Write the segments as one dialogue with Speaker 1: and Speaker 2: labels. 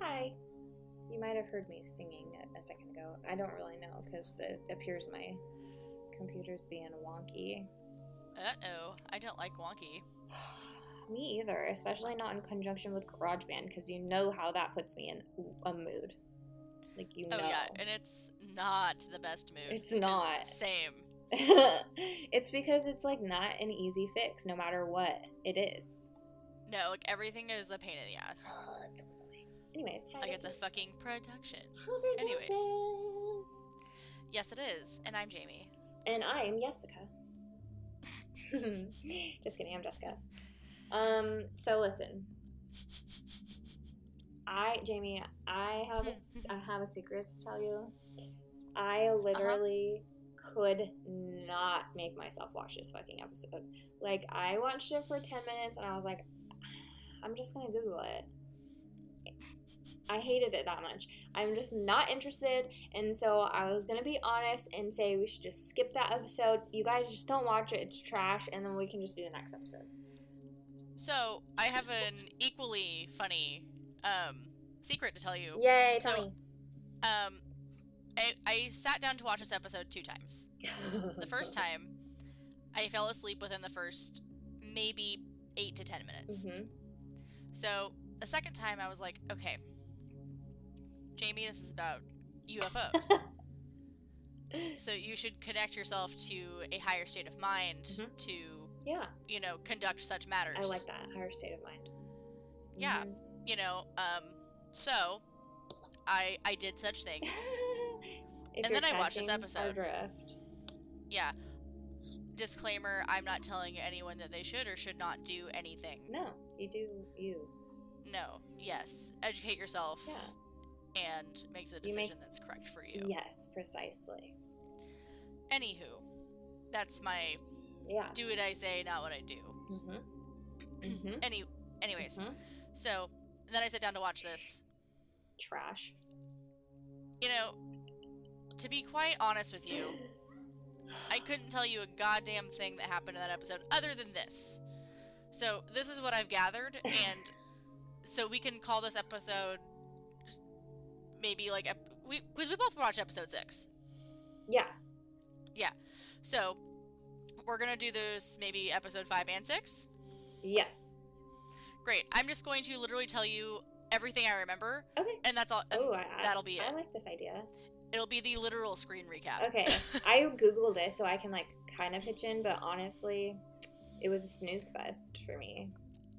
Speaker 1: Hi. You might have heard me singing a, a second ago. I don't really know because it appears my computer's being wonky.
Speaker 2: Uh oh, I don't like wonky.
Speaker 1: Me either, especially not in conjunction with GarageBand because you know how that puts me in a mood. Like, you
Speaker 2: Oh
Speaker 1: know.
Speaker 2: yeah, and it's not the best mood.
Speaker 1: It's
Speaker 2: 'cause
Speaker 1: not.
Speaker 2: Same.
Speaker 1: it's because it's like not an easy fix no matter what it is.
Speaker 2: No, like everything is a pain in the ass.
Speaker 1: Anyways, hi,
Speaker 2: Like it's a
Speaker 1: Oh, this is
Speaker 2: fucking production.
Speaker 1: Hunger
Speaker 2: anyways.
Speaker 1: Justice.
Speaker 2: Yes, it is. And I'm Jamie.
Speaker 1: And I am Jessica. Just kidding, I'm Jessica. Um, so listen. I Jamie, I have a, s- I have a secret to tell you. I literally could not make myself watch this fucking episode. Like I watched it for 10 minutes and I was like I'm just going to google it. I hated it that much. I'm just not interested. And so I was going to be honest and say we should just skip that episode. You guys just don't watch it. It's trash. And then we can just do the next episode.
Speaker 2: So I have an equally funny um secret to tell you.
Speaker 1: Yay,
Speaker 2: So-
Speaker 1: Tommy.
Speaker 2: Um I, I sat down to watch this episode two times. The first time, I fell asleep within the first maybe eight to ten minutes.
Speaker 1: Mm-hmm.
Speaker 2: So the second time, I was like, okay, Jamie, this is about UFOs.
Speaker 1: Mm-hmm.
Speaker 2: so you should connect yourself to a higher state of mind
Speaker 1: Mhm.
Speaker 2: to,
Speaker 1: Yeah,
Speaker 2: you know, conduct such matters.
Speaker 1: I like that. Higher state of mind.
Speaker 2: Yeah.
Speaker 1: Mhm.
Speaker 2: You know, um, so I I did such things.
Speaker 1: Mm-hmm. If
Speaker 2: And
Speaker 1: you're
Speaker 2: then I watched this
Speaker 1: catching
Speaker 2: episode.
Speaker 1: Adrift.
Speaker 2: yeah. Disclaimer: I'm not telling anyone that they should or should not do anything.
Speaker 1: No, you do you.
Speaker 2: No. Yes. Educate yourself.
Speaker 1: Yeah.
Speaker 2: And make the
Speaker 1: You make-
Speaker 2: decision that's correct for you.
Speaker 1: Yes, precisely.
Speaker 2: Anywho, that's my
Speaker 1: Yeah.
Speaker 2: do what I say, not what I do.
Speaker 1: Mm-hmm. Mm-hmm.
Speaker 2: Any, anyways, so then I sat down to watch this.
Speaker 1: Trash.
Speaker 2: You know, to be quite honest with you, I couldn't tell you a goddamn thing that happened in that episode other than this. So this is what I've gathered, and so we can call this episode maybe like ep- we because we both watched episode six.
Speaker 1: Yeah.
Speaker 2: So we're gonna do this maybe episode five and six.
Speaker 1: Yes.
Speaker 2: Great. I'm just going to literally tell you everything I remember,
Speaker 1: Okay.
Speaker 2: and that's all. and
Speaker 1: oh, I, I-
Speaker 2: that'll be
Speaker 1: I
Speaker 2: it.
Speaker 1: like this idea.
Speaker 2: It'll be the literal screen recap.
Speaker 1: Okay, I googled it so I can like kind of pitch in, but honestly, it was a snooze fest for me.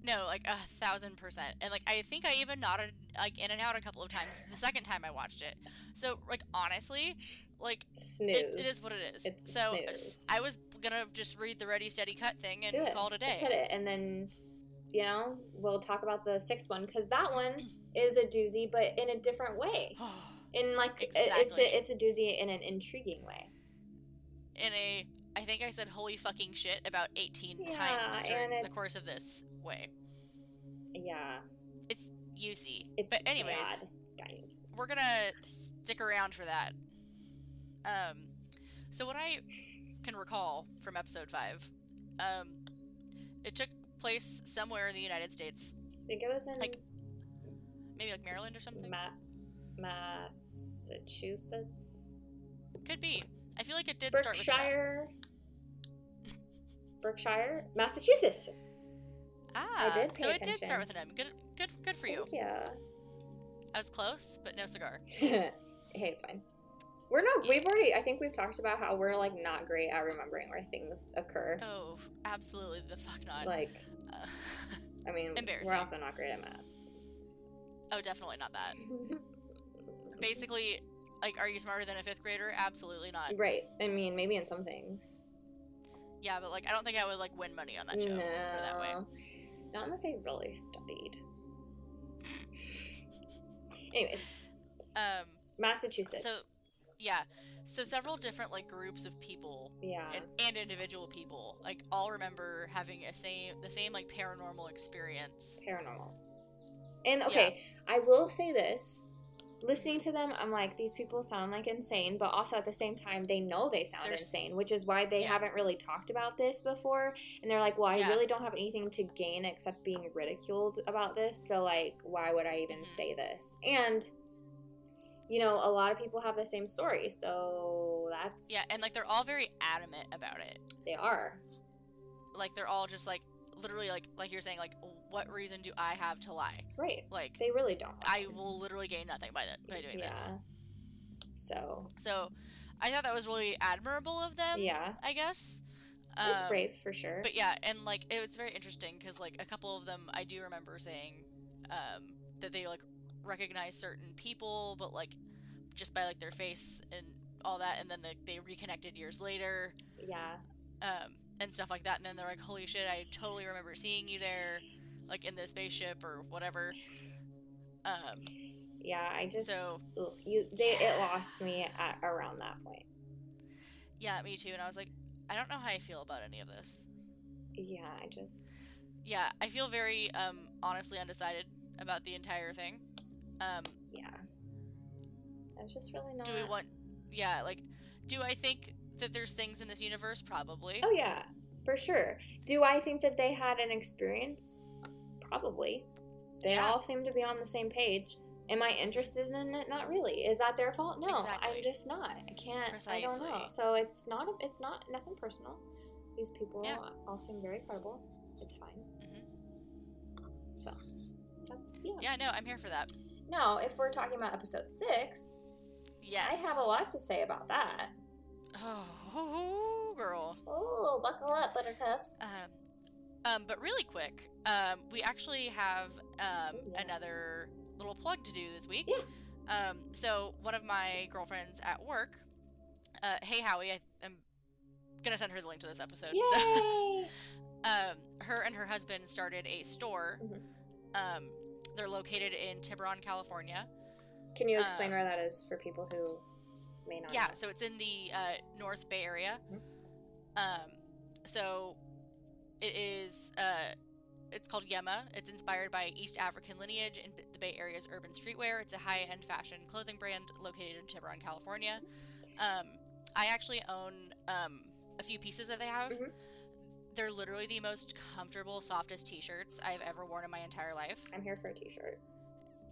Speaker 2: No, like a thousand percent. And like I think I even nodded like in and out a couple of times the second time I watched it. So like honestly, like
Speaker 1: Snooze.
Speaker 2: it, it is what it is.
Speaker 1: It's
Speaker 2: so
Speaker 1: snooze.
Speaker 2: I was gonna just read the ready steady cut thing and
Speaker 1: Do it.
Speaker 2: call it a
Speaker 1: Let's hit
Speaker 2: day.
Speaker 1: it, and then you know we'll talk about the sixth one because that one is a doozy, but in a different way. In like it- it's
Speaker 2: Exactly.
Speaker 1: a it's a doozy in an intriguing way.
Speaker 2: in a I think I said holy fucking shit about 18
Speaker 1: Yeah,
Speaker 2: times during
Speaker 1: and
Speaker 2: the course of
Speaker 1: it's-
Speaker 2: this way.
Speaker 1: Yeah,
Speaker 2: It's UC.
Speaker 1: it's
Speaker 2: but anyways,
Speaker 1: bad, guys.
Speaker 2: we're gonna stick around for that. Um, so what I can recall from episode five, um, it took place somewhere in the United States,
Speaker 1: I think it was in
Speaker 2: Like, maybe like Maryland or something.
Speaker 1: Ma- Massachusetts,
Speaker 2: Could be. I feel like it did start with that.
Speaker 1: Berkshire. Berkshire, Massachusetts.
Speaker 2: Ah,
Speaker 1: did pay
Speaker 2: so it did
Speaker 1: attention.
Speaker 2: start with an M. Good, good, good for you.
Speaker 1: Thank you.
Speaker 2: I was close, but no cigar.
Speaker 1: hey, it's fine. We're not. We've already. I think we've talked about how we're like not great at remembering where things occur.
Speaker 2: Oh, absolutely the fuck not.
Speaker 1: Like,
Speaker 2: Uh,
Speaker 1: I mean,
Speaker 2: Embarrassing.
Speaker 1: we're also not great at math.
Speaker 2: oh, definitely not that. Basically, like, are you smarter than a fifth grader? Absolutely not.
Speaker 1: right. I mean, maybe in some things.
Speaker 2: Yeah, but like, I don't think I would like win money on that show. Let's put it that way.
Speaker 1: No. Not unless I really studied. Anyways,
Speaker 2: Um,
Speaker 1: Massachusetts.
Speaker 2: so yeah, so several different like groups of people
Speaker 1: yeah.
Speaker 2: and, and individual people like all remember having a same the same like paranormal experience.
Speaker 1: paranormal. And okay, I will say this. listening to them, I'm like, these people sound like insane, but also at the same time, they know they sound
Speaker 2: They're s-
Speaker 1: insane, which is why they
Speaker 2: Yeah.
Speaker 1: haven't really talked about this before. And they're like, well, I
Speaker 2: Yeah.
Speaker 1: really don't have anything to gain except being ridiculed about this. So, like, why would I even
Speaker 2: Mhm.
Speaker 1: say this? And, you know, a lot of people have the same story. So that's.
Speaker 2: Yeah, and like they're all very adamant about it.
Speaker 1: They are.
Speaker 2: Like they're all just like literally like like you're saying like what reason do I have to lie?
Speaker 1: Right.
Speaker 2: Like
Speaker 1: They really don't.
Speaker 2: I will literally gain nothing by that by doing this.
Speaker 1: So,
Speaker 2: So I thought that was really admirable of them.
Speaker 1: yeah.
Speaker 2: I guess.
Speaker 1: It's
Speaker 2: Um,
Speaker 1: brave for sure.
Speaker 2: But yeah, and like it was very interesting because like a couple of them I do remember saying um, that they like recognize certain people, but like just by like their face and all that, and then like they reconnected years later
Speaker 1: yeah.
Speaker 2: um, and stuff like that. And then they're like, "Holy shit, I totally remember seeing you there, like in the spaceship or whatever." Um,
Speaker 1: Yeah. I just.
Speaker 2: so
Speaker 1: Ugh, you they it lost me at around that point
Speaker 2: yeah, me too. And I was like, I don't know how I feel about any of this.
Speaker 1: yeah i just
Speaker 2: Yeah, I feel very um, honestly undecided about the entire thing. Um,
Speaker 1: yeah that's just really not
Speaker 2: do we want yeah like do i think that there's things in this universe probably
Speaker 1: oh yeah for sure do i think that they had an experience probably they
Speaker 2: Yeah.
Speaker 1: all seem to be on the same page am i interested in it not really is that their fault no
Speaker 2: Exactly.
Speaker 1: i'm just not i can't i don't know
Speaker 2: Precisely.
Speaker 1: so it's not a, it's not nothing personal these people
Speaker 2: Yeah.
Speaker 1: all seem very credible it's fine
Speaker 2: Mhm.
Speaker 1: so that's
Speaker 2: yeah no i'm here for that
Speaker 1: Now, if we're talking about episode six,
Speaker 2: yes
Speaker 1: I have a lot to say about that.
Speaker 2: oh girl
Speaker 1: Oh, buckle up, buttercups.
Speaker 2: um um but really quick um we actually have um
Speaker 1: Ooh, yeah.
Speaker 2: another little plug to do this week
Speaker 1: Yeah.
Speaker 2: um so one of my girlfriends at work uh hey howie i am gonna send her the link to this episode so-
Speaker 1: Yay!
Speaker 2: um, her and her husband started a store.
Speaker 1: Mhm.
Speaker 2: Um, they're located in Tiburon, California.
Speaker 1: Can you explain
Speaker 2: Uh,
Speaker 1: where that is for people who may not?
Speaker 2: Yeah,
Speaker 1: know?
Speaker 2: so it's in the uh, North Bay area.
Speaker 1: Mhm.
Speaker 2: Um, so it is. Uh, it's called Yema. It's inspired by East African lineage and the Bay Area's urban streetwear. It's a high-end fashion clothing brand located in Tiburon, California. Um, I actually own um, a few pieces that they have.
Speaker 1: Mhm.
Speaker 2: They're literally the most comfortable, softest t-shirts I've ever worn in my entire life.
Speaker 1: I'm here for a T-shirt.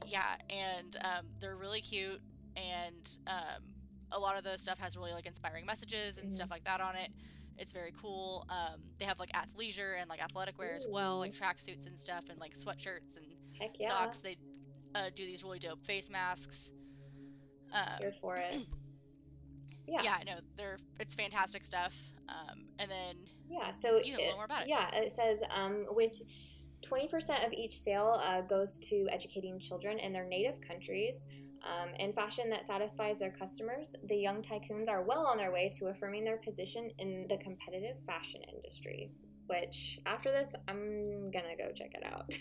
Speaker 2: Yeah, and um, they're really cute, and um, a lot of the stuff has really like inspiring messages and
Speaker 1: Mhm.
Speaker 2: stuff like that on it. It's very cool. Um, they have like athleisure and like athletic wear as well, like tracksuits and stuff, and like sweatshirts and
Speaker 1: Heck yeah!
Speaker 2: socks. They uh, do these really dope face masks. Um,
Speaker 1: Here for it. Yeah.
Speaker 2: yeah. no, they're it's fantastic stuff. Um, and then
Speaker 1: Yeah, so
Speaker 2: You know a little more about it.
Speaker 1: Yeah, it says um, with 20% of each sale uh, goes to educating children in their native countries um, in fashion that satisfies their customers. The young tycoons are well on their way to affirming their position in the competitive fashion industry. Which after this, I'm gonna go check it out.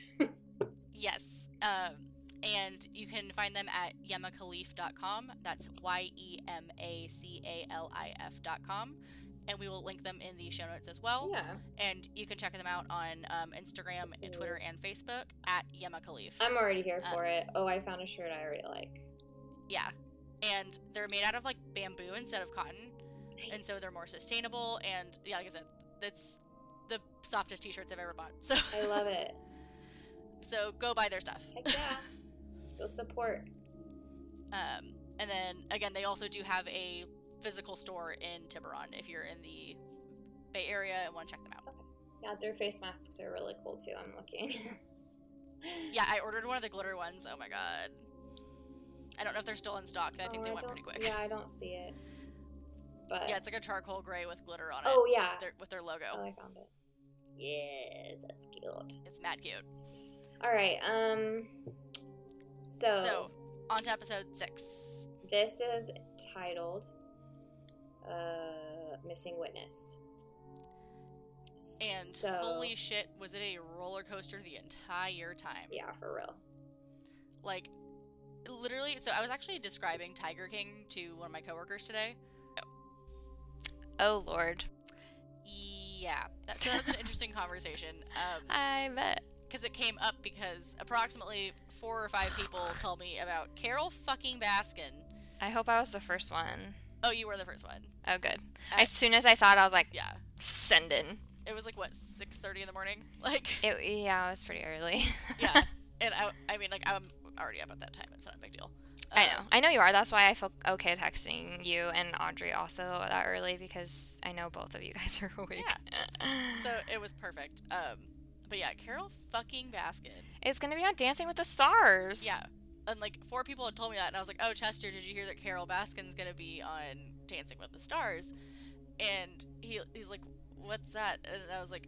Speaker 2: yes, um, and you can find them at yemakalif.com. That's y e m a c a l i f dot com, and we will link them in the show notes as well.
Speaker 1: yeah,
Speaker 2: And you can check them out on um, Instagram and Twitter and Facebook at yemakalif.
Speaker 1: I'm already here
Speaker 2: Uh,
Speaker 1: for it. Oh, I found a shirt I already like.
Speaker 2: yeah, and they're made out of like bamboo instead of cotton. and so they're more sustainable and yeah like i said that's the softest t-shirts i've ever bought so
Speaker 1: I love it.
Speaker 2: so go buy their stuff
Speaker 1: Heck yeah! go support.
Speaker 2: um, and then again they also do have a physical store in tiburon if you're in the bay area and want to check them out
Speaker 1: Yeah, their face masks are really cool too. I'm looking.
Speaker 2: yeah i ordered one of the glitter ones oh my god i don't know if they're still in stock i think
Speaker 1: Oh,
Speaker 2: they went
Speaker 1: don't-
Speaker 2: pretty quick
Speaker 1: Yeah, I don't see it. But
Speaker 2: Yeah, it's like a charcoal gray with glitter on it
Speaker 1: oh yeah,
Speaker 2: their, with their logo
Speaker 1: oh I found it. Yes, that's cute.
Speaker 2: it's mad cute
Speaker 1: All right, um, so,
Speaker 2: so on to episode six
Speaker 1: this is titled uh, "Missing Witness,"
Speaker 2: and
Speaker 1: so,
Speaker 2: holy shit was it a roller coaster the entire time
Speaker 1: yeah, for real.
Speaker 2: like literally so i was actually describing tiger king to one of my coworkers today
Speaker 3: Oh lord.
Speaker 2: yeah that, so that was an interesting conversation um
Speaker 3: I bet.
Speaker 2: because it came up because approximately four or five people told me about Carol fucking Baskin.
Speaker 1: I hope I was the first one.
Speaker 2: Oh, you were the first one.
Speaker 1: Oh, good.
Speaker 2: I-
Speaker 1: as soon as I saw it, I was like,
Speaker 2: Yeah,
Speaker 1: send in.
Speaker 2: it was like what six thirty in the morning. Like
Speaker 1: It, yeah, it was pretty early.
Speaker 2: yeah, and I I mean like I'm already up at that time. It's not a big deal.
Speaker 1: I
Speaker 2: Uh,
Speaker 1: know. I know you are. That's why I feel okay texting you and Audrey also that early because I know both of you guys are awake.
Speaker 2: So it was perfect. Um, but yeah, Carol fucking Baskin.
Speaker 1: it's gonna be on Dancing with the Stars.
Speaker 2: Yeah. And like four people had told me that, and I was like, "Oh, Chester, did you hear that Carol Baskin's gonna be on Dancing with the Stars?" And he he's like, "What's that?" And I was like,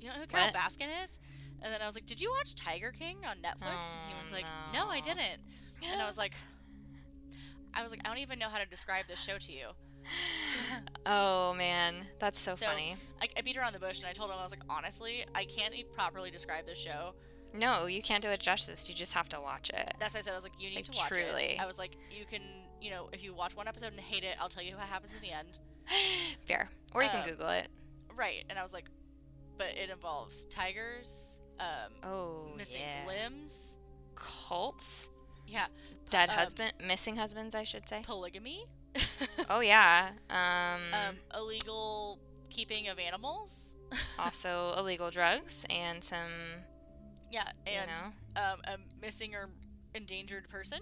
Speaker 2: "You know who Carol
Speaker 1: What?
Speaker 2: Baskin is?" And then I was like, "Did you watch Tiger King on Netflix?" and he
Speaker 1: Oh,
Speaker 2: was like, "No, I
Speaker 1: no.
Speaker 2: didn't." And I was like, "I was like, I don't even know how to describe this show to you."
Speaker 1: Oh man, that's so,
Speaker 2: So-
Speaker 1: funny.
Speaker 2: I, I beat around the bush, and I told him I was like, "Honestly, I can't e- properly describe this show."
Speaker 1: No, you can't do it justice. You just have to watch it.
Speaker 2: That's what I said. I was like, you need
Speaker 1: Like,
Speaker 2: to watch
Speaker 1: truly.
Speaker 2: it. I was like, you can, you know, if you watch one episode and hate it, I'll tell you what happens in the end.
Speaker 1: Fair. Or you
Speaker 2: Um,
Speaker 1: can Google it.
Speaker 2: Right. And I was like, but it involves tigers, um,
Speaker 1: Oh,
Speaker 2: missing
Speaker 1: yeah.
Speaker 2: limbs,
Speaker 1: Cults,
Speaker 2: yeah,
Speaker 1: dead
Speaker 2: um,
Speaker 1: husband, missing husbands, I should say.
Speaker 2: polygamy,
Speaker 1: Oh yeah. Um,
Speaker 2: um, illegal keeping of animals,
Speaker 1: also illegal drugs and some,
Speaker 2: yeah, and
Speaker 1: you know.
Speaker 2: um, a missing or endangered person.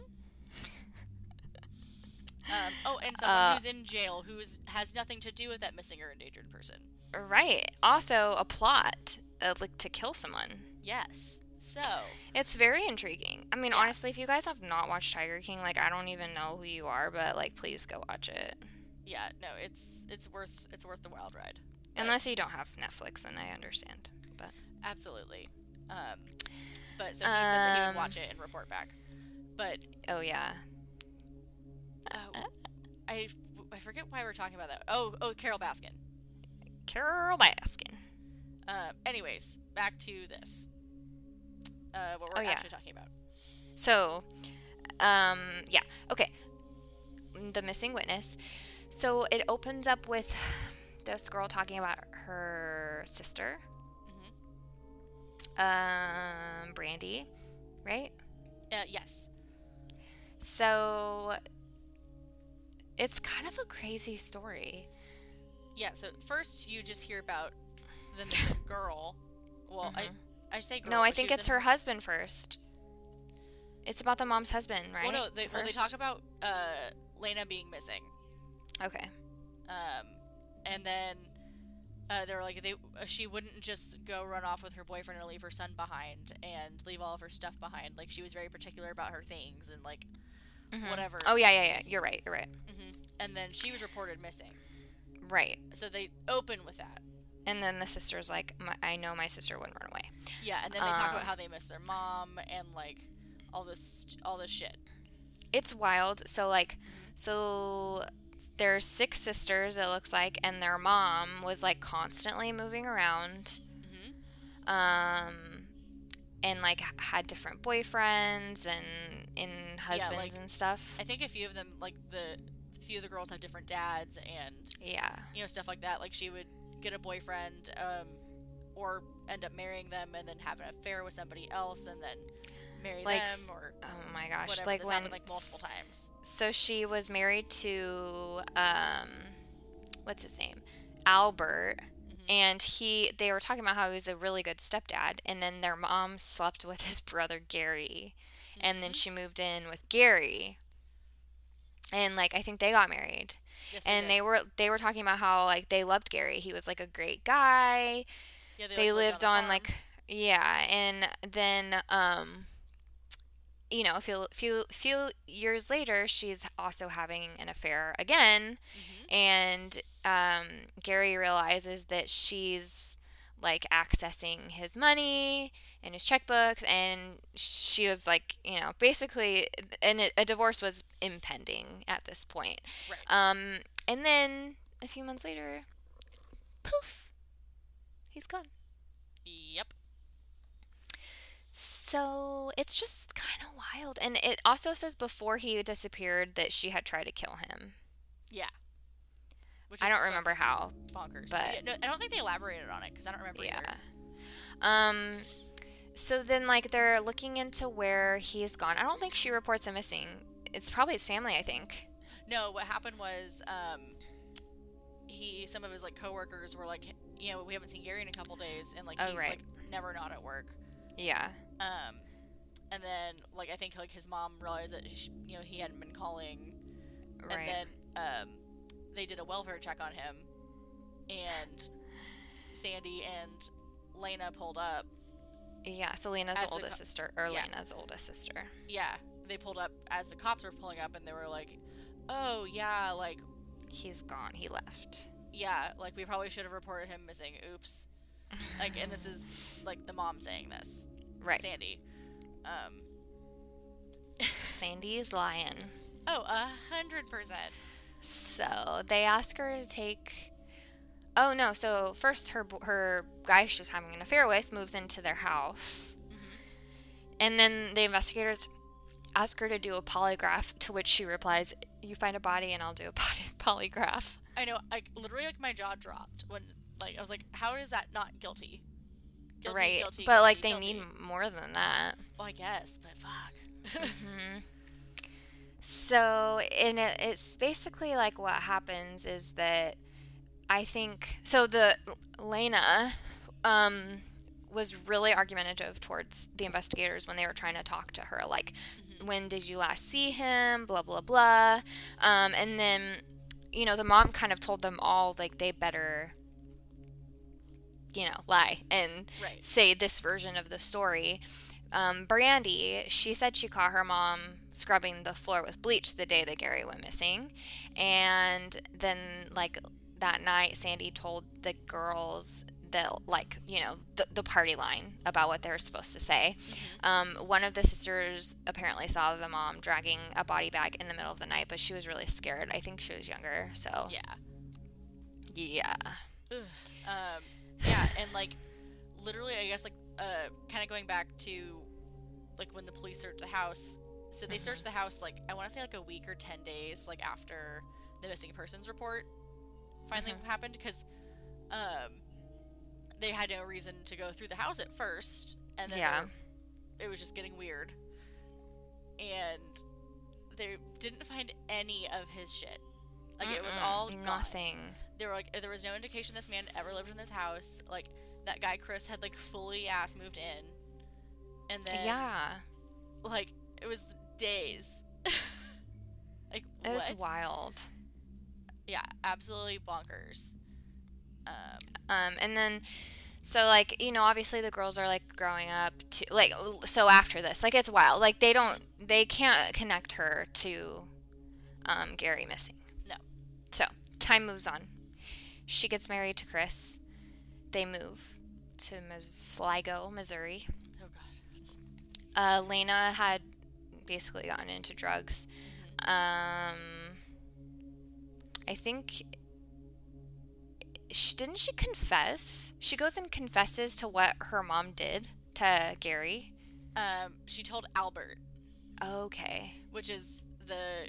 Speaker 2: Um, oh, and someone
Speaker 1: Uh,
Speaker 2: who's in jail who is, has nothing to do with that missing or endangered person.
Speaker 1: Right. Also, a plot uh, like to kill someone.
Speaker 2: Yes. So,
Speaker 1: It's very intriguing. I mean,
Speaker 2: Yeah.
Speaker 1: honestly, if you guys have not watched Tiger King, like I don't even know who you are, but like please go watch it.
Speaker 2: yeah, no, it's it's worth it's worth the wild ride.
Speaker 1: Unless you don't have Netflix, then I understand. But
Speaker 2: Absolutely. Um, but so he said that he
Speaker 1: Um,
Speaker 2: would watch it and report back. But
Speaker 1: oh yeah,
Speaker 2: uh, I, I forget why we're talking about that. Oh, oh, Carol Baskin.
Speaker 1: Carol Baskin.
Speaker 2: Um, anyways, back to this. Uh, what we're
Speaker 1: Oh, yeah.
Speaker 2: actually talking about.
Speaker 1: So, um, yeah, okay. The missing witness. So it opens up with this girl talking about her sister,
Speaker 2: Mm-hmm.
Speaker 1: um, Brandy, right?
Speaker 2: Uh, yes.
Speaker 1: So it's kind of a crazy story.
Speaker 2: Yeah. So first, you just hear about the missing girl. Well, I I say girl.
Speaker 1: Mm-hmm. no, I
Speaker 2: but she
Speaker 1: think
Speaker 2: was
Speaker 1: it's
Speaker 2: in-
Speaker 1: her husband first. It's about the mom's husband, right?
Speaker 2: Well, no, they, well, they
Speaker 1: First?
Speaker 2: talk about uh, Lena being missing.
Speaker 1: Okay.
Speaker 2: um, and then uh, they were like they uh, she wouldn't just go run off with her boyfriend and leave her son behind and leave all of her stuff behind like she was very particular about her things and like
Speaker 1: Mhm.
Speaker 2: whatever
Speaker 1: Oh yeah, yeah, yeah. You're right. You're right.
Speaker 2: hmm and then she was reported missing
Speaker 1: Right.
Speaker 2: so they open with that
Speaker 1: And then the sister's like, my, I know my sister wouldn't run away.
Speaker 2: yeah and then they talk about
Speaker 1: Um.
Speaker 2: how they miss their mom and like all this all this shit
Speaker 1: It's wild. So like, so there's six sisters it looks like, and their mom was like constantly moving around.
Speaker 2: hmm
Speaker 1: Mm-hmm. um and like h- had different boyfriends and in husbands
Speaker 2: like-
Speaker 1: and stuff
Speaker 2: i think a few of them like the few of the girls have different dads and
Speaker 1: yeah
Speaker 2: you know stuff like that like she would get a boyfriend um, or end up marrying them and then have an affair with somebody else and then marry
Speaker 1: Like,
Speaker 2: them or
Speaker 1: oh my gosh
Speaker 2: whatever
Speaker 1: like
Speaker 2: this
Speaker 1: when
Speaker 2: happened like multiple times
Speaker 1: so she was married to um what's his name albert
Speaker 2: Mhm.
Speaker 1: and he they were talking about how he was a really good stepdad and then their mom slept with his brother gary and then she moved in with gary and like i think they got married
Speaker 2: Yes,
Speaker 1: and they were they were talking about how like they loved Gary. He was like a great guy.
Speaker 2: did. Yeah,
Speaker 1: They,
Speaker 2: like,
Speaker 1: lived
Speaker 2: a
Speaker 1: on
Speaker 2: farm.
Speaker 1: like yeah, and then um you know, a few few few years later, she's also having an affair again
Speaker 2: Mhm.
Speaker 1: and um Gary realizes that she's like accessing his money and his checkbooks and she was like, you know, basically and a- a divorce was impending at this point.
Speaker 2: right
Speaker 1: Um, and then a few months later, poof, he's gone.
Speaker 2: yep
Speaker 1: So it's just kind of wild. And it also says before he disappeared that she had tried to kill him.
Speaker 2: Which
Speaker 1: I
Speaker 2: is
Speaker 1: don't remember how,
Speaker 2: fucking bonkers
Speaker 1: but-
Speaker 2: Yeah, no, I don't think they elaborated on it because I don't remember
Speaker 1: yeah.
Speaker 2: either.
Speaker 1: Um, So then, like, they're looking into where he's gone. I don't think she reports him missing. It's probably his family, I think.
Speaker 2: No, what happened was um, he some of his like coworkers were like, you know, we haven't seen Gary in a couple days, and like
Speaker 1: Oh,
Speaker 2: he's
Speaker 1: right.
Speaker 2: like never not at work.
Speaker 1: Yeah.
Speaker 2: Um, and then like I think like his mom realized that she, you know he hadn't been calling,
Speaker 1: Right.
Speaker 2: and then um, they did a welfare check on him, and Sandy and Lena pulled up.
Speaker 1: yeah. So Lena's
Speaker 2: As the
Speaker 1: oldest
Speaker 2: co-
Speaker 1: sister, or
Speaker 2: yeah.
Speaker 1: Lena's oldest sister.
Speaker 2: Yeah, they pulled up as the cops were pulling up, and they were like, "Oh yeah, like
Speaker 1: He's gone. He left.
Speaker 2: yeah, like we probably should have reported him missing. Oops." Like, and this is like the mom saying this,
Speaker 1: Right.
Speaker 2: Sandy. Um,
Speaker 1: Sandy's lying.
Speaker 2: oh, a hundred percent.
Speaker 1: So they ask her to take. Oh no! So first, her bo- her guy she's having an affair with moves into their house,
Speaker 2: Mm-hmm.
Speaker 1: and then the investigators ask her to do a polygraph. To which she replies, "You find a body, and I'll do a poly- polygraph."
Speaker 2: I know, like literally, like my jaw dropped when, like, I was like, "How is that not guilty?" Guilty,
Speaker 1: right?
Speaker 2: guilty,
Speaker 1: but like they
Speaker 2: guilty,
Speaker 1: need
Speaker 2: guilty.
Speaker 1: more than that.
Speaker 2: Well, I guess, but fuck.
Speaker 1: hmm So, and it, it's basically like what happens is that I think so. The Lena um, was really argumentative towards the investigators when they were trying to talk to her, like, when did you last see him? Blah blah blah. Um, and then, you know, the mom kind of told them all like they better, you know, lie and
Speaker 2: right.
Speaker 1: say this version of the story. Um, Brandy, she said she caught her mom scrubbing the floor with bleach the day that Gary went missing. And then, like, that night, Sandy told the girls that, like, you know, the, the party line about what they were supposed to say.
Speaker 2: Mm-hmm.
Speaker 1: Um, one of the sisters apparently saw the mom dragging a body bag in the middle of the night, but she was really scared. I think she was younger, so.
Speaker 2: Yeah.
Speaker 1: Yeah.
Speaker 2: Um, yeah, and like, literally, I guess like, uh, kind of going back to, like, when the police searched the house. So
Speaker 1: Mm-hmm.
Speaker 2: they searched the house like I want to say like a week or ten days like after the missing persons report finally
Speaker 1: Mm-hmm.
Speaker 2: happened because, um, they had no reason to go through the house at first, and then they
Speaker 1: Yeah.
Speaker 2: were- it was just getting weird, and they didn't find any of his shit. Like it was
Speaker 1: Mm-mm.
Speaker 2: all gone
Speaker 1: Nothing.
Speaker 2: they were like there was no indication this man ever lived in this house like that guy chris had like fully ass moved in and then
Speaker 1: yeah.
Speaker 2: like it was days like
Speaker 1: It was
Speaker 2: what?
Speaker 1: wild.
Speaker 2: yeah absolutely bonkers um
Speaker 1: Um, and then, so like you know, obviously the girls are like growing up to like so after this, like it's wild. Like they don't, they can't connect her to um, Gary missing.
Speaker 2: No.
Speaker 1: So time moves on. She gets married to Chris. They move to Mis- Sligo, Missouri.
Speaker 2: oh god
Speaker 1: Uh, Lena had basically gotten into drugs. Um, I think she, didn't she confess? She goes and confesses to what her mom did to Gary.
Speaker 2: um she told albert
Speaker 1: Okay.
Speaker 2: which is the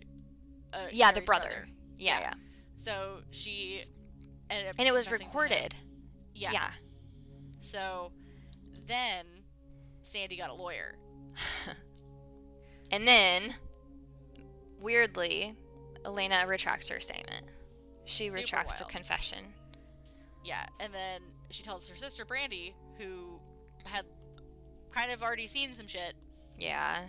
Speaker 2: uh,
Speaker 1: Yeah, the
Speaker 2: Gary's
Speaker 1: brother. Yeah,
Speaker 2: Yeah.
Speaker 1: yeah.
Speaker 2: so she ended up
Speaker 1: And it was
Speaker 2: confessing to him.
Speaker 1: recorded.
Speaker 2: yeah. yeah so then sandy got a lawyer
Speaker 1: And then, weirdly, Elena retracts her statement. She
Speaker 2: Super
Speaker 1: retracts
Speaker 2: wild.
Speaker 1: the confession.
Speaker 2: Yeah, and then she tells her sister Brandy, who had kind of already seen some shit.
Speaker 1: Yeah.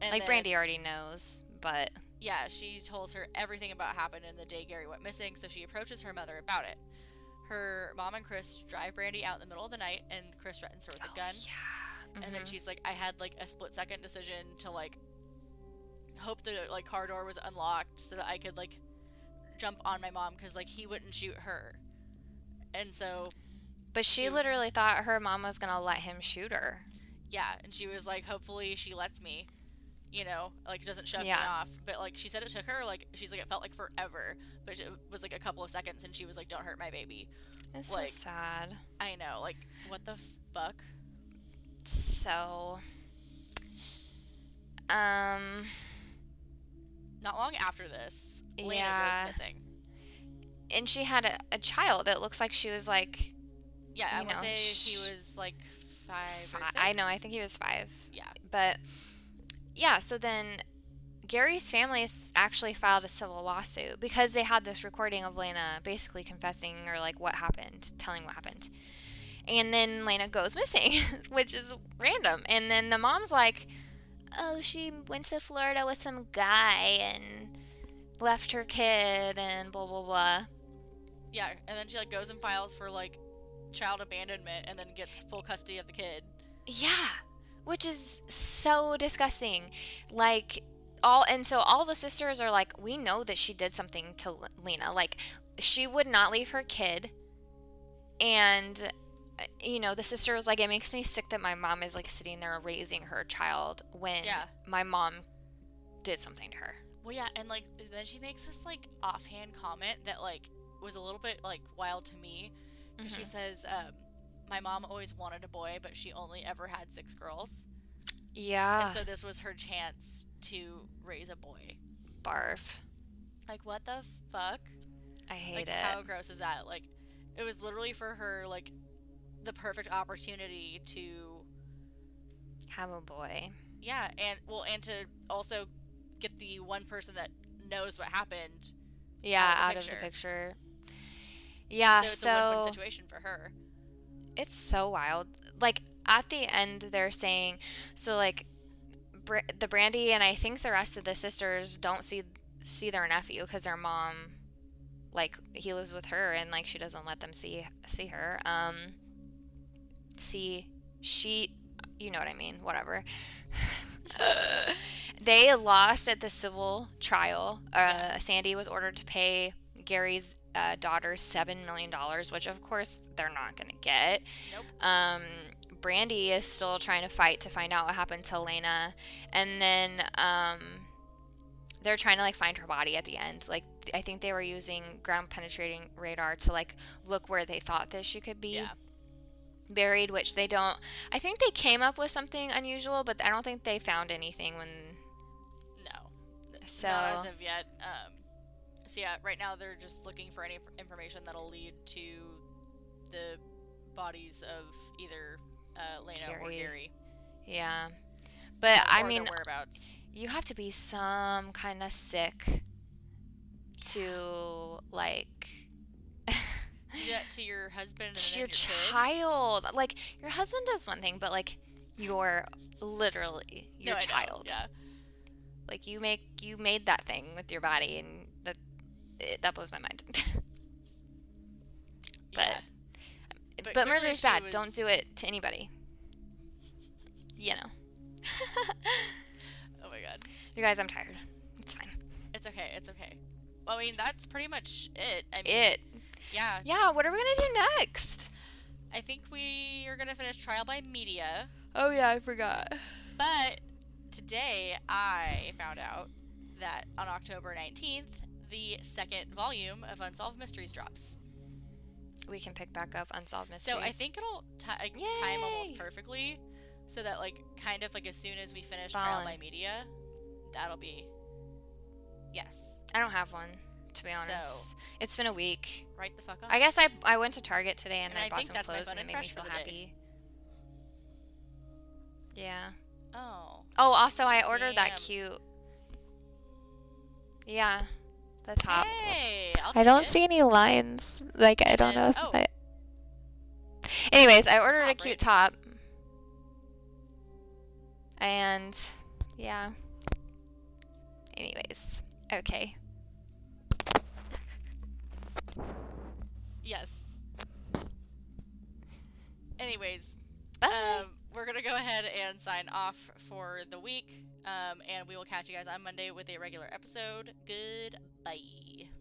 Speaker 2: And
Speaker 1: like
Speaker 2: then-
Speaker 1: Brandy already knows, but
Speaker 2: Yeah, she tells her everything about what happened and the day Gary went missing, so she approaches her mother about it. Her mom and Chris drive Brandy out in the middle of the night, and Chris threatens her with a gun.
Speaker 1: Oh, yeah.
Speaker 2: And then she's like, "I had like a split second decision to like hope the like car door was unlocked so that I could like jump on my mom because like he wouldn't shoot her." And so
Speaker 1: But she
Speaker 2: She-
Speaker 1: literally thought her mom was gonna let him shoot her.
Speaker 2: yeah and she was like hopefully she lets me you know like doesn't shove me
Speaker 1: Yeah.
Speaker 2: off but like she said it took her like she's like it felt like forever but it was like a couple of seconds and she was like don't hurt my baby
Speaker 1: It's
Speaker 2: Like-
Speaker 1: so sad.
Speaker 2: i know like what the fuck
Speaker 1: So, um,
Speaker 2: not long after this lena
Speaker 1: Yeah.
Speaker 2: goes missing
Speaker 1: and she had a, a child. It looks like she was like,
Speaker 2: yeah i
Speaker 1: You
Speaker 2: want to
Speaker 1: know,
Speaker 2: say
Speaker 1: sh-
Speaker 2: he was like five. or
Speaker 1: Fi- I know. I
Speaker 2: six?
Speaker 1: think he was five.
Speaker 2: Yeah.
Speaker 1: But yeah, so then Gary's family s- actually filed a civil lawsuit because they had this recording of Lena basically confessing or like what happened, telling what happened. And then Lena goes missing, which is random. And then the mom's like, "Oh, she went to Florida with some guy and left her kid and blah blah blah."
Speaker 2: Yeah, and then she like goes and files for like child abandonment, and then gets full custody of the kid.
Speaker 1: Yeah, which is so disgusting. Like all and so all the sisters are like, we know that she did something to L- Lena. Like she would not leave her kid, and uh, you know the sister was like, it makes me sick that my mom is like sitting there raising her child when
Speaker 2: Yeah.
Speaker 1: my mom did something to her.
Speaker 2: Well, yeah, and like then she makes this like offhand comment that like was a little bit like wild to me. 'cause
Speaker 1: Mm-hmm.
Speaker 2: She says, um, "My mom always wanted a boy, but she only ever had six girls,
Speaker 1: Yeah,
Speaker 2: and so this was her chance to raise a boy."
Speaker 1: barf.
Speaker 2: Like, what the fuck?
Speaker 1: I hate
Speaker 2: like,
Speaker 1: it.
Speaker 2: how gross is that? Like, it was literally for her like the perfect opportunity to
Speaker 1: Have a boy.
Speaker 2: Yeah, and well, and to also get the one person that knows what happened.
Speaker 1: Yeah,
Speaker 2: the
Speaker 1: out of the picture. Yeah, so,
Speaker 2: so it's a win-win situation for her.
Speaker 1: It's so wild. Like at the end, they're saying so like Br- the Brandy and I think the rest of the sisters don't see see their nephew because their mom, like he lives with her and like she doesn't let them see see her. Um, see she, you know what I mean. Whatever. they lost at the civil trial. Uh, Sandy was ordered to pay Gary's uh, daughter seven million dollars, which of course they're not gonna get. Um, Brandy is still trying to fight to find out what happened to Lena, and then um, they're trying to like find her body at the end. Like I think they were using ground penetrating radar to like look where they thought that she could be
Speaker 2: Yeah,
Speaker 1: buried, which they don't. I think they came up with something unusual, but I don't think they found anything when.
Speaker 2: no,
Speaker 1: So
Speaker 2: not as of yet. Um, so yeah, right now they're just looking for any inf- information that'll lead to the bodies of either uh, Lena or
Speaker 1: Gary.
Speaker 2: Gary.
Speaker 1: yeah, but I
Speaker 2: or their
Speaker 1: mean,
Speaker 2: whereabouts.
Speaker 1: you have to be some kind of sick to like
Speaker 2: Do that to your husband and
Speaker 1: to
Speaker 2: then
Speaker 1: your
Speaker 2: your, kid.
Speaker 1: child. Like your husband does one thing, but like your literally your
Speaker 2: no, I know,
Speaker 1: child.
Speaker 2: Yeah,
Speaker 1: Like you make you made that thing with your body, and that it, that blows my mind. But-
Speaker 2: yeah.
Speaker 1: but,
Speaker 2: clearly
Speaker 1: murder is
Speaker 2: she
Speaker 1: bad.
Speaker 2: was-
Speaker 1: Don't do it to anybody. You know,
Speaker 2: Oh my god.
Speaker 1: you guys. I'm tired. It's fine.
Speaker 2: It's okay. It's okay. I mean, that's pretty much it. I mean,
Speaker 1: It.
Speaker 2: yeah.
Speaker 1: Yeah. What are we gonna do next?
Speaker 2: I think we are gonna finish trial by media,
Speaker 1: Oh yeah, I forgot.
Speaker 2: but today I found out that on October 19th, the second volume of Unsolved Mysteries drops.
Speaker 1: We can pick back up unsolved mysteries.
Speaker 2: So I think it'll ti like, time almost
Speaker 1: Yay!
Speaker 2: perfectly, so that like kind of like as soon as we finish trial by
Speaker 1: Fun.
Speaker 2: media, that'll be yes,
Speaker 1: I don't have one to be honest.
Speaker 2: So-
Speaker 1: it's been a week.
Speaker 2: right the fuck on.
Speaker 1: I guess I, I went to Target today and,
Speaker 2: And
Speaker 1: I,
Speaker 2: I
Speaker 1: bought
Speaker 2: think
Speaker 1: some
Speaker 2: that's my
Speaker 1: clothes and
Speaker 2: fun
Speaker 1: it
Speaker 2: and
Speaker 1: made me
Speaker 2: fresh for
Speaker 1: feel
Speaker 2: the day.
Speaker 1: happy. Yeah.
Speaker 2: oh
Speaker 1: Oh, also I ordered
Speaker 2: Damn.
Speaker 1: that cute. Yeah, the top.
Speaker 2: hey, I'll
Speaker 1: I don't
Speaker 2: take it.
Speaker 1: see any lines. Like I don't
Speaker 2: then-
Speaker 1: know if
Speaker 2: oh.
Speaker 1: I. Anyways, I ordered a
Speaker 2: top,
Speaker 1: cute
Speaker 2: right?
Speaker 1: top. And yeah. Anyways, okay.
Speaker 2: Yes. Anyways,
Speaker 1: Bye.
Speaker 2: um, we're gonna go ahead and sign off for the week, um, and we will catch you guys on Monday with a regular episode. Goodbye.